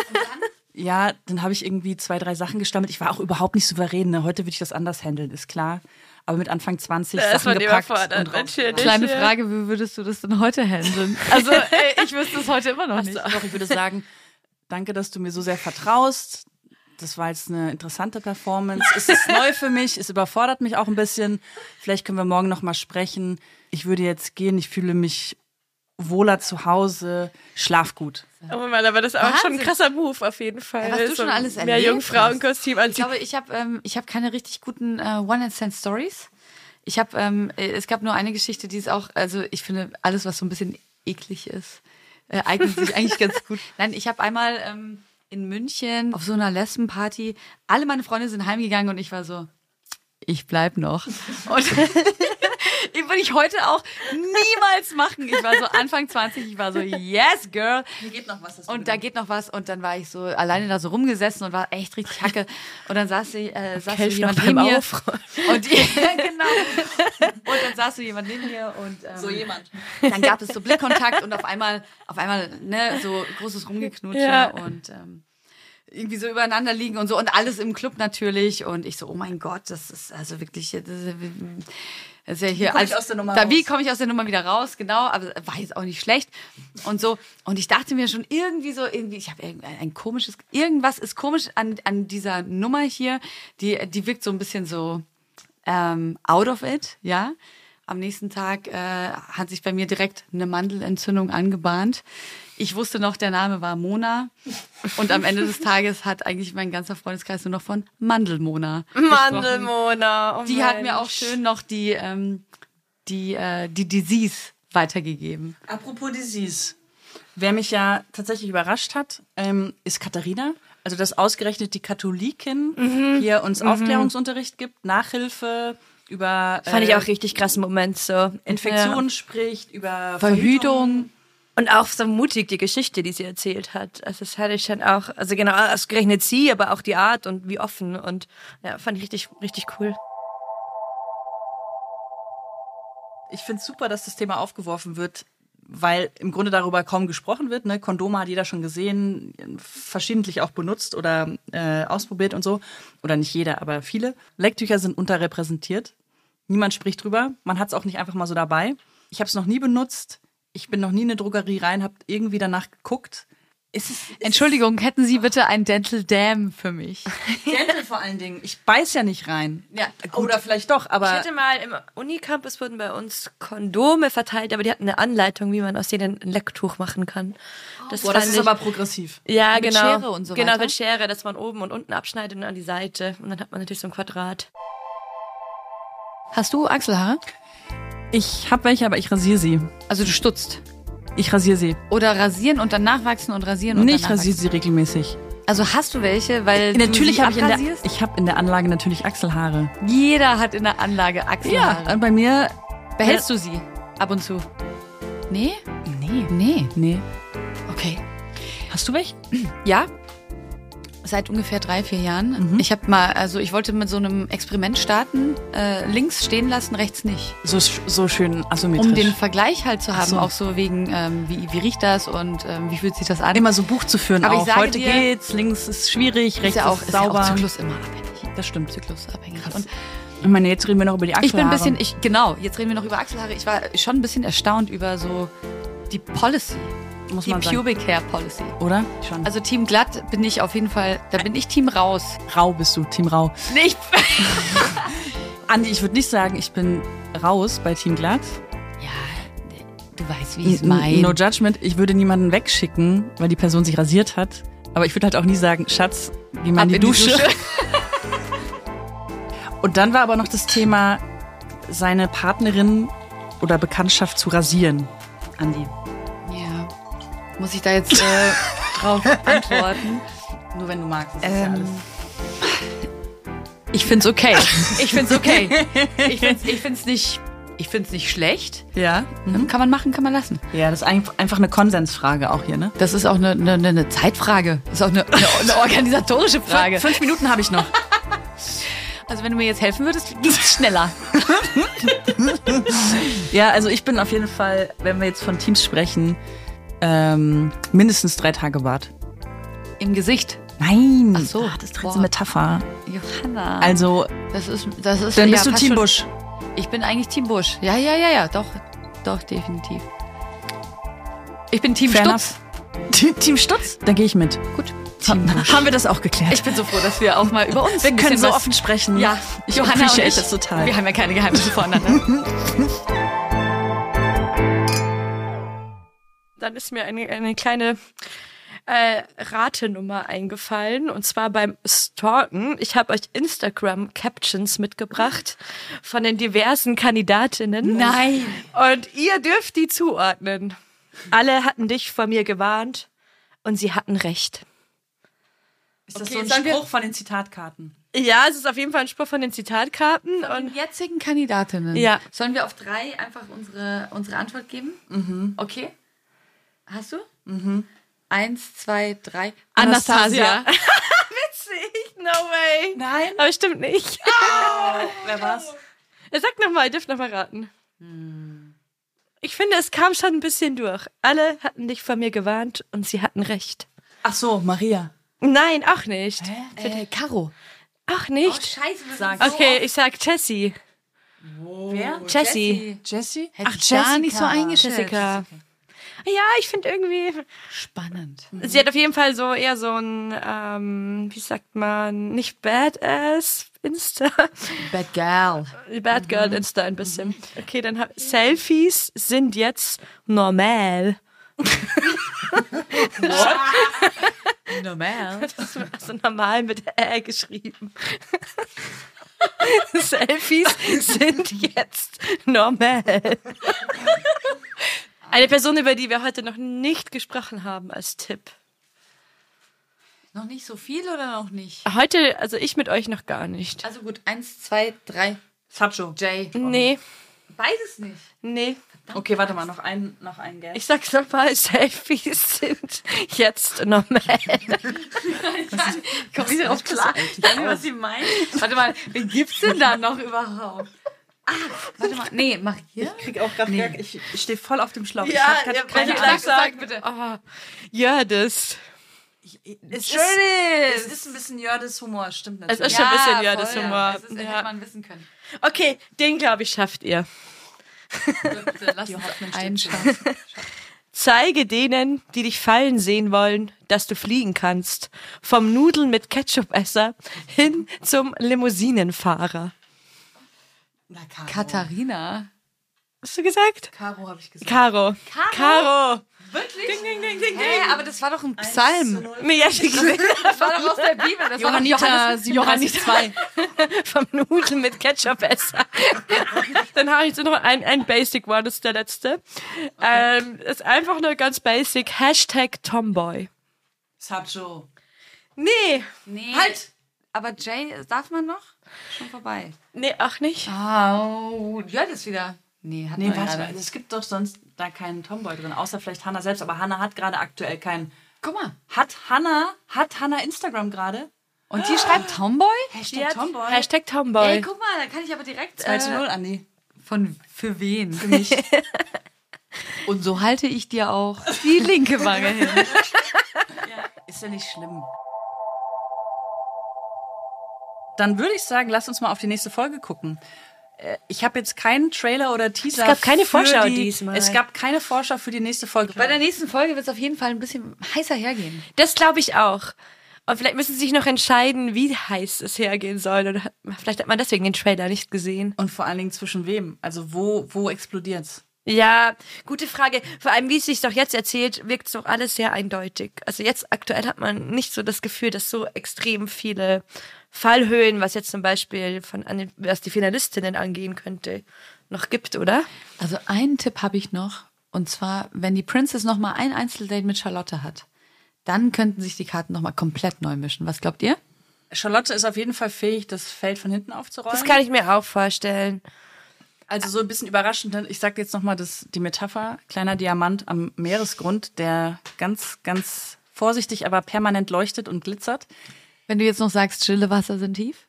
S3: Ja, dann habe ich irgendwie zwei, drei Sachen gestammelt. Ich war auch überhaupt nicht souverän. Ne? Heute würde ich das anders handeln, ist klar. Aber mit Anfang 20
S5: Da ist
S3: Sachen
S5: man
S3: gepackt
S5: überfordert,
S3: und raus.
S5: natürlich.
S1: Kleine Frage, wie würdest du das denn heute handeln? äh, Also, äh, ich wüsste es heute immer noch nicht.
S3: Doch, ich würde sagen, danke, dass du mir so sehr vertraust. Das war jetzt eine interessante Performance. Es ist neu für mich, es überfordert mich auch ein bisschen. Vielleicht können wir morgen nochmal sprechen. Ich würde jetzt gehen, ich fühle mich wohler zu Hause. Schlaf gut.
S5: Oh Mann, aber das ist auch
S1: Wahnsinn.
S5: schon ein krasser Move auf jeden Fall.
S1: Ja, was du
S5: So
S1: schon alles
S5: Mehr
S1: erlebt
S5: Jungfrauenkostüm
S1: Ich
S5: als
S1: glaube, ich habe ähm, ich habe keine richtig guten äh, One-Night-Stand-Stories. Ich habe, ähm, äh, es gab nur eine Geschichte, die ist auch, also ich finde, alles, was so ein bisschen eklig ist, äh, eignet sich eigentlich ganz gut. Nein, ich habe einmal ähm, in München auf so einer Lesbenparty, alle meine Freunde sind heimgegangen und ich war so, ich bleib noch. Und würde ich heute auch niemals machen. Ich war so Anfang 20, ich war so, yes, girl. Und da geht noch was. Und dann war ich so alleine da so rumgesessen und war echt richtig hacke. Und dann saß, sie, äh, saß so
S5: Helf noch
S1: jemand
S5: beim
S1: neben mir.
S5: Aufräumen.
S1: Und, ja, genau. und dann saß so jemand neben mir und ähm, so jemand. Dann gab es so Blickkontakt und auf einmal, auf einmal, ne, so großes Rumgeknutsche
S5: Ja.
S1: und ähm, irgendwie so übereinander liegen und so und alles im Club natürlich. Und ich so, oh mein Gott, das ist also wirklich. Das ist, das ist ja hier
S3: komm ich
S1: als-
S3: aus der Nummer
S1: da, Wie
S3: raus?
S1: komme ich aus der Nummer wieder raus? Genau, aber war jetzt auch nicht schlecht und so. Und ich dachte mir schon irgendwie so, irgendwie, ich habe irgendein ein komisches, irgendwas ist komisch an, an dieser Nummer hier. Die, die wirkt so ein bisschen so ähm, out of it, ja. Am nächsten Tag äh, hat sich bei mir direkt eine Mandelentzündung angebahnt. Ich wusste noch, der Name war Mona. Und am Ende des Tages hat eigentlich mein ganzer Freundeskreis nur noch von Mandelmona.
S5: Mandelmona. Oh
S1: Die hat mir auch
S5: Mensch.
S1: schön noch die, ähm, die, äh, die Disease weitergegeben.
S3: Apropos Disease. Wer mich ja tatsächlich überrascht hat, ähm, ist Katharina. Also, dass ausgerechnet die Katholikin
S5: Mhm.
S3: hier uns Aufklärungsunterricht gibt, Nachhilfe über äh,
S5: Fand ich auch richtig krassen Moment so.
S3: Infektionen spricht, über
S1: Verhütung.
S5: Und auch so mutig die Geschichte, die sie erzählt hat. Also das hatte ich dann auch, also genau, ausgerechnet sie, aber auch die Art und wie offen. Und ja, fand ich richtig, richtig cool.
S3: Ich finde es super, dass das Thema aufgeworfen wird, weil im Grunde darüber kaum gesprochen wird. Ne? Kondome hat jeder schon gesehen, verschiedentlich auch benutzt oder äh, ausprobiert und so. Oder nicht jeder, aber viele. Lecktücher sind unterrepräsentiert. Niemand spricht drüber. Man hat es auch nicht einfach mal so dabei. Ich habe es noch nie benutzt. Ich bin noch nie in eine Drogerie rein, habe irgendwie danach geguckt. Es ist
S1: Entschuldigung, hätten Sie bitte ein Dental Dam für mich?
S3: Dental vor allen Dingen. Ich beiß ja nicht rein.
S1: Ja,
S3: Oder vielleicht doch, aber.
S5: Ich hatte mal im Unicampus wurden bei uns Kondome verteilt, aber die hatten eine Anleitung, wie man aus denen ein Lecktuch machen kann. Das,
S3: Boah, das
S5: fand
S3: ist
S5: ich,
S3: aber progressiv.
S5: ja,
S1: mit
S5: genau.
S1: Schere und so
S5: Genau,
S1: weiter.
S5: mit Schere, dass man oben und unten abschneidet und an die Seite. Und dann hat man natürlich so ein Quadrat.
S1: Hast du Achselhaare?
S3: Ich habe welche, aber ich rasiere sie.
S1: Also du stutzt.
S3: Ich rasiere sie.
S1: Oder rasieren und dann nachwachsen und rasieren und
S3: Nicht
S1: dann nachwachsen.
S3: rasiere sie regelmäßig.
S1: Also hast du welche, weil
S3: Natürlich
S1: du
S3: habe ich, in der-
S1: abrasierst?
S3: ich hab in der Anlage natürlich Achselhaare.
S1: Jeder hat in der Anlage Achselhaare.
S3: Und bei mir.
S1: Behältst du sie ab und zu? Nee?
S3: Nee.
S1: Nee.
S3: Nee.
S1: Okay.
S3: Hast du welche?
S1: Ja. Seit ungefähr drei, vier Jahren. Ich habe mal, also ich wollte mit so einem Experiment starten, äh, links stehen lassen, rechts nicht.
S3: So, so schön asymmetrisch.
S1: Um den Vergleich halt zu haben,
S3: so.
S1: auch so wegen, ähm, wie, wie riecht das und ähm, wie fühlt sich das an.
S3: immer so Buch zu führen
S1: Aber ich
S3: auch.
S1: sage
S3: Heute
S1: dir-
S3: geht's, links ist schwierig,
S1: ist
S3: rechts
S1: ja auch,
S3: ist
S1: ist ja
S3: sauber.
S1: auch Zyklus immer abhängig.
S3: das stimmt.
S1: Zyklusabhängig. Und
S3: Ich meine, jetzt reden wir noch über die Achselhaare.
S1: ich bin ein bisschen, ich, genau, jetzt reden wir noch über Achselhaare. Ich war schon ein bisschen erstaunt über so die Policy,
S3: Muss
S1: die
S3: man sagen.
S1: Pubic Hair Policy.
S3: Oder? Schon.
S1: Also Team glatt bin ich auf jeden Fall, da bin ich Team raus.
S3: rau bist du, Team Rau.
S1: Nicht
S3: Andi, ich würde nicht sagen, ich bin raus bei Team Glatt.
S1: Ja, du weißt, wie ich es
S3: N-
S1: meine.
S3: No judgment. Ich würde niemanden wegschicken, weil die Person sich rasiert hat. Aber ich würde halt auch nie sagen, Schatz, geh mal
S1: Ab
S3: in die
S1: in die
S3: Dusche.
S1: Dusche.
S3: Und dann war aber noch das Thema, seine Partnerin oder Bekanntschaft zu rasieren. Andi.
S1: ja. Muss ich da jetzt äh, drauf antworten?
S3: Nur wenn du magst. Das
S1: Ähm, Ich find's okay. Ich find's okay. Ich find's, ich find's nicht. Ich find's nicht schlecht.
S3: ja
S1: Mhm. Kann man machen, kann man lassen.
S3: Ja, das ist ein- einfach eine Konsensfrage auch hier, ne?
S1: Das ist auch eine, eine, eine Zeitfrage. Das ist auch eine, eine, eine organisatorische Frage.
S3: Fünf Minuten habe ich noch.
S1: Also wenn du mir jetzt helfen würdest, geht's schneller.
S3: ja, also ich bin auf jeden Fall, wenn wir jetzt von Teams sprechen, ähm, mindestens drei Tage Bart.
S1: Im Gesicht.
S3: Nein.
S1: Ach so.
S3: Ah, das ist jetzt
S1: Boah.
S3: eine Metapher.
S1: Johanna.
S3: Also,
S1: das ist, das ist
S3: dann
S1: ja,
S3: bist du
S1: fast
S3: Team
S1: schon-
S3: Busch.
S1: Ich bin eigentlich Team Busch. Ja, ja, ja, ja. Doch, doch, definitiv. Ich bin Team
S3: Fair
S1: Stutz.
S3: Team, Team Stutz? Da gehe ich mit.
S1: Gut.
S3: Team Haben wir das auch geklärt?
S1: Ich bin so froh, dass wir auch mal über uns
S3: wir
S1: ein
S3: können
S1: bisschen
S3: so
S1: was-
S3: offen sprechen.
S1: Ja,
S3: ich
S1: Johanna und
S3: appreciate
S1: ich,
S3: das total.
S1: Wir haben ja keine Geheimnisse voneinander.
S5: Dann ist mir eine, eine kleine äh, Ratenummer eingefallen und zwar beim Stalken. Ich habe euch Instagram-Captions mitgebracht von den diversen Kandidatinnen.
S1: Nein.
S5: Und ihr dürft die zuordnen. Alle hatten dich vor mir gewarnt und sie hatten recht.
S3: Ist das
S5: Okay, sollen wir-
S3: von den Zitatkarten?
S5: Ja, es ist auf jeden Fall ein Spruch von den Zitatkarten und
S1: Jetzigen Kandidatinnen.
S5: Ja.
S1: Sollen wir auf drei einfach unsere, unsere Antwort geben? Mhm. Okay. Hast du? Mhm. Eins, zwei, drei.
S5: Anastasia. Witzig, no way.
S3: Nein.
S5: Aber stimmt nicht. Ah!
S3: Wer war's?
S5: Ja, Sag nochmal, ihr dürft nochmal raten. Ich finde, es kam schon ein bisschen durch. Alle hatten dich vor mir gewarnt und sie hatten recht.
S3: Ach so, Maria.
S5: Nein, auch nicht.
S1: Äh, Caro. Oh,
S5: Auch nicht.
S1: Scheiße, was
S5: okay, ich sag Jessie.
S3: Wer?
S1: Oh,
S5: Jessie.
S3: Jessie?
S1: Hätte ich gar nicht so eingeschätzt.
S5: Jessica. Ja, ich finde irgendwie.
S1: Spannend.
S5: Sie hat auf jeden Fall so eher so ein, ähm, wie sagt man, nicht Badass Insta.
S1: Bad Girl. Mhm.
S5: Bad Girl Insta ein bisschen. Okay, dann hab, Selfies sind jetzt normal.
S1: Normal.
S5: Das war so normal mit Ä geschrieben. Selfies sind jetzt normal. Eine Person, über die wir heute noch nicht gesprochen haben als Tipp.
S1: Noch nicht so viel oder noch nicht?
S5: Heute, also ich mit euch noch gar nicht.
S1: Also gut, eins, zwei, drei.
S3: Sacho.
S1: Jay.
S5: Nee,
S1: Beides nicht.
S5: nee.
S3: Okay, warte mal, noch ein, noch ein Geld.
S5: Ich sag's nochmal, Selfies sind jetzt normal.
S1: Ich komme wieder auf klar. Ich weiß nicht, was sie meinen. Warte mal, wen gibt's denn da noch überhaupt? Ah, warte mal. Nee, mach hier.
S3: krieg auch gerade, ich, ich stehe voll auf dem Schlauch. ich hab grad keine
S1: Sag,
S3: Ahnung.
S1: sag bitte.
S5: Ah, ja, das.
S3: Es ist,
S1: Schönes.
S3: es ist ein bisschen Jördes Humor, stimmt
S5: Es
S3: natürlich.
S5: ist schon ein bisschen, ja, das
S1: voll.
S5: Humor.
S1: Das ist, hätte
S5: Ja.
S1: man wissen können.
S5: Okay, den glaube ich schafft ihr.
S1: Bitte, lass uns einschauen.
S5: Zeige denen, die dich fallen sehen wollen, dass du fliegen kannst. Vom Nudeln mit Ketchupesser hin zum Limousinenfahrer.
S1: Katharina.
S5: Hast du gesagt?
S3: Caro habe ich gesagt.
S5: Caro. Caro.
S3: Wirklich? Ding, ding, ding, ding,
S1: Hey, aber das war doch ein Psalm.
S5: Mir hat sie gesagt.
S1: Das war doch aus der Bibel. Das
S5: Johanniter
S1: 2.
S5: vom Nudeln mit Ketchup-Esser. Dann habe ich so noch ein, ein Basic One, das ist der letzte. Ähm, ist einfach nur ganz basic. Hashtag Tomboy.
S3: Subjo.
S5: Nee.
S1: Nee. Halt! Aber Jay, darf man noch? Schon vorbei.
S5: Nee, auch nicht.
S3: Ah,
S1: Au, Jörg ist wieder. Nee, hat
S3: Also, Nee, warte mal. Es gibt doch sonst da keinen Tomboy drin, außer vielleicht Hannah selbst. Aber Hannah hat gerade aktuell keinen.
S1: Guck mal.
S3: Hat Hannah, hat Hannah Instagram gerade?
S1: Und die schreibt Tomboy?
S3: Hashtag Tomboy.
S5: Hashtag Tomboy.
S1: guck mal, da kann ich aber direkt.
S3: 2 zu 0, Andi.
S1: von für wen? Für mich. Und so halte ich dir auch die linke Wange hin.
S3: Ist ja nicht schlimm. Dann würde ich sagen, lass uns mal auf die nächste Folge gucken. Äh, Ich habe jetzt keinen Trailer oder Teaser.
S5: Es gab keine
S3: für
S5: Vorschau
S3: die,
S5: diesmal.
S3: Es gab keine Vorschau für die nächste Folge.
S1: Bei der nächsten Folge wird es auf jeden Fall ein bisschen heißer hergehen.
S5: Das glaube ich auch. Und vielleicht müssen sie sich noch entscheiden, wie heiß es hergehen soll. Oder vielleicht hat man deswegen den Trailer nicht gesehen.
S3: Und vor allen Dingen zwischen wem? Also wo, wo explodiert's?
S5: Ja, gute Frage. Vor allem, wie es sich doch jetzt erzählt, wirkt es doch alles sehr eindeutig. Also jetzt aktuell hat man nicht so das Gefühl, dass so extrem viele Fallhöhen, was jetzt zum Beispiel von an den, was die Finalistinnen angehen könnte, noch gibt, oder?
S1: Also einen Tipp habe ich noch. Und zwar, wenn die Princess noch mal ein Einzeldate mit Charlotte hat, dann könnten sich die Karten noch mal komplett neu mischen. Was glaubt ihr?
S3: Charlotte ist auf jeden Fall fähig, das Feld von hinten aufzuräumen.
S5: Das kann ich mir auch vorstellen.
S3: Also so ein bisschen überraschend. denn Ich sage jetzt nochmal die Metapher, kleiner Diamant am Meeresgrund, der ganz, ganz vorsichtig, aber permanent leuchtet und glitzert.
S1: Wenn du jetzt noch sagst, stille Wasser sind tief,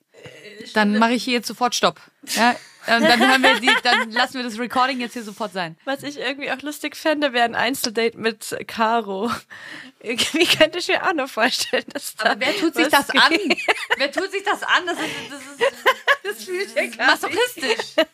S1: dann mache ich hier jetzt sofort Stopp. Ja, ähm, dann, hören wir die, dann lassen wir das Recording jetzt hier sofort sein.
S5: Was ich irgendwie auch lustig fände, wäre ein Einzeldate mit Caro. Irgendwie könnte ich mir auch noch vorstellen, dass da
S1: Aber wer tut sich
S5: was
S1: das an? Wer tut sich das an? Das ist, das ist, das fühlt sich masochistisch.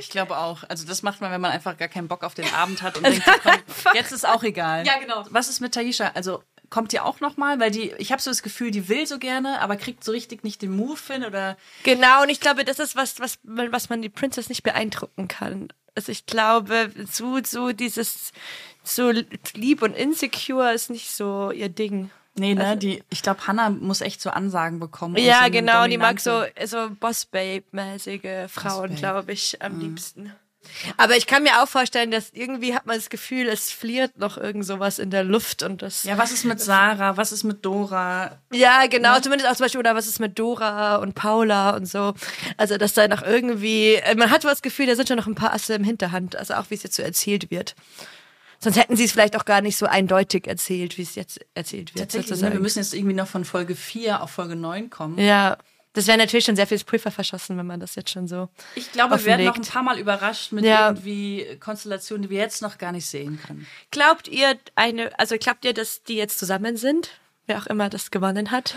S3: Ich glaube auch. Also das macht man, wenn man einfach gar keinen Bock auf den Abend hat und denkt, so, komm, jetzt ist auch egal. Ja, genau. Was ist mit Taisha? Also kommt die auch nochmal? Weil die, ich habe so das Gefühl, die will so gerne, aber kriegt so richtig nicht den Move hin oder
S5: Genau, und ich glaube, das ist was, was, man- was man die Princess nicht beeindrucken kann. Also ich glaube, so, so dieses so lieb und insecure ist nicht so ihr Ding.
S3: Nee, ne, die, ich glaube, Hannah muss echt so Ansagen bekommen. und so
S5: ja,
S3: eine
S5: genau, die mag so,
S3: Also dominante-
S5: so Boss-Babe-mäßige Frauen, glaube ich,
S3: Mhm.
S5: am liebsten. Aber ich kann mir auch vorstellen, dass irgendwie hat man das Gefühl, es fliert noch irgend sowas in der Luft und das.
S3: Ja, was ist mit Sarah? Was ist mit Dora?
S5: Ja, genau, zumindest auch zum Beispiel, oder was ist mit Dora und Paula und so. Also, dass da noch irgendwie, äh, man hat so das Gefühl, da sind schon noch ein paar Asse im Hinterhand, also auch wie es jetzt so erzählt wird. Sonst hätten sie es vielleicht auch gar nicht so eindeutig erzählt, wie es jetzt erzählt wird.
S3: Tatsächlich, ne,
S5: sozusagen.
S3: wir müssen jetzt irgendwie noch von Folge 4 auf Folge 9 kommen.
S5: ja, das wäre natürlich schon sehr viel Pulver verschossen, wenn man das jetzt schon so.
S3: Ich glaube, wir werden noch ein
S5: offenlegt.
S3: paar Mal überrascht mit
S5: Ja.
S3: irgendwie Konstellationen, die wir jetzt noch gar nicht sehen können.
S5: Glaubt ihr eine, also glaubt ihr, dass die jetzt zusammen sind? Wer auch immer das gewonnen hat?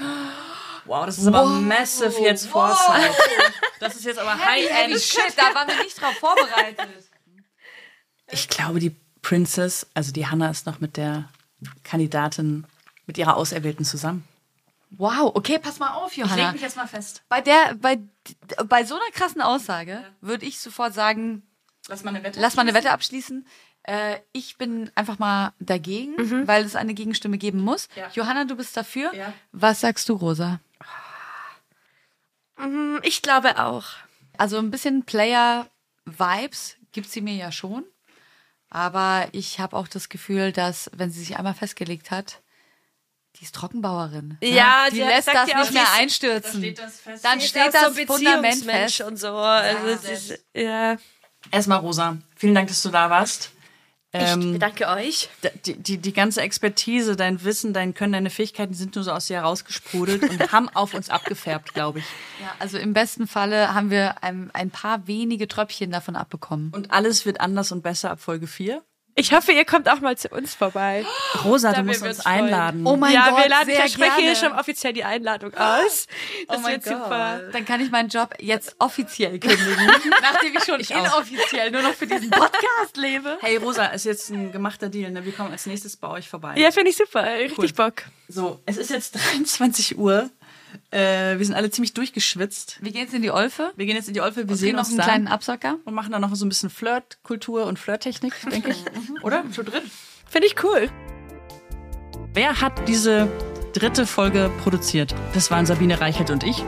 S3: Wow, das ist aber massive jetzt Foresight. Das ist jetzt aber high-end shit.
S1: da waren wir nicht drauf vorbereitet.
S3: Ich glaube, die Princess, also die Hannah ist noch mit der Kandidatin, mit ihrer Auserwählten zusammen.
S1: Wow, okay, pass mal auf, Johanna.
S3: jetzt mal fest.
S1: Bei der, bei, bei so einer krassen Aussage würde ich sofort sagen,
S3: Lass mal eine Wette.
S1: lass mal eine Wette abschließen. Äh, ich bin einfach mal dagegen,
S5: Mhm.
S1: weil es eine Gegenstimme geben muss. Johanna, du bist dafür.
S3: Ja.
S1: Was sagst du, Rosa?
S5: Hm, Ich glaube auch.
S1: Also ein bisschen Player-Vibes gibt sie mir ja schon. Aber ich habe auch das Gefühl, dass, wenn sie sich einmal festgelegt hat, die ist Trockenbauerin. ne?
S5: Ja,
S1: die
S5: sie hat-
S1: lässt
S5: sagt
S1: das
S5: ja auch,
S1: nicht mehr
S5: die ist-
S1: einstürzen.
S3: das fest.
S1: Dann
S5: Sie ist
S1: steht
S5: auch
S1: das
S5: so ein
S1: Fundament
S5: Beziehungsmensch
S1: fest.
S5: und so. Also, es ist, ja.
S3: Erstmal, Rosa, vielen Dank, dass du da warst.
S5: ich bedanke euch.
S3: D- die, die, die ganze Expertise, dein Wissen, dein Können, deine Fähigkeiten die sind nur so aus dir herausgesprudelt und haben auf uns abgefärbt, glaube ich.
S1: Ja, also im besten Falle haben wir ein, ein paar wenige Tröpfchen davon abbekommen.
S3: Und alles wird anders und besser ab Folge 4.
S5: Ich hoffe, ihr kommt auch mal zu uns vorbei.
S3: Rosa, du
S5: Dann
S3: musst
S5: würden wir
S3: uns
S5: uns freuen.
S3: einladen.
S1: Oh mein
S5: ja,
S1: Gott,
S5: wir laden,
S1: sehr
S5: ich spreche
S1: gerne.
S5: hier schon offiziell die Einladung aus. Das
S3: mein
S5: wird super.
S1: Äh, Dann kann ich meinen Job jetzt offiziell kündigen, nachdem ich schon inoffiziell nur noch für diesen Podcast lebe.
S3: Hey Rosa, ist jetzt ein gemachter Deal, ne? Wir kommen als nächstes bei euch vorbei.
S5: Ja, finde ich super. Richtig Bock.
S3: So, es ist jetzt 23 Uhr. Äh, wir sind alle ziemlich durchgeschwitzt.
S1: Wir gehen jetzt in die Olfe.
S3: Wir gehen jetzt in die Olfe, wir
S1: Wir
S3: sehen
S1: sehen noch
S3: uns
S1: einen
S3: dann
S1: kleinen Absacker.
S3: und machen dann noch so ein bisschen Flirtkultur und Flirttechnik, denke ich. Oder? Schon drin.
S9: Finde ich cool.
S3: Wer hat diese dritte Folge produziert? Das waren Sabine Reichelt und ich.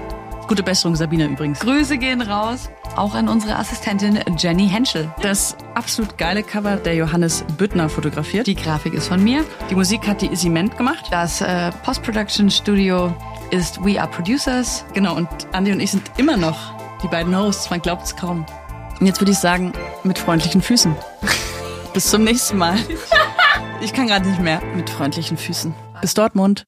S3: Gute Besserung, Sabine übrigens.
S1: Grüße gehen raus. Auch an unsere Assistentin Jenny Henschel.
S3: Das absolut geile Cover der Johannes Büttner fotografiert. Die,
S1: Die Grafik ist von mir.
S3: die Musik hat die Isiment gemacht.
S1: Das äh, Post-Production-Studio ist We Are Producers.
S3: Genau, und Andi und ich sind immer noch die beiden Hosts. Man glaubt es kaum. Und jetzt würde ich sagen, mit freundlichen Füßen. Bis zum nächsten Mal. Ich kann gerade nicht mehr. Mit freundlichen Füßen. Bis Dortmund.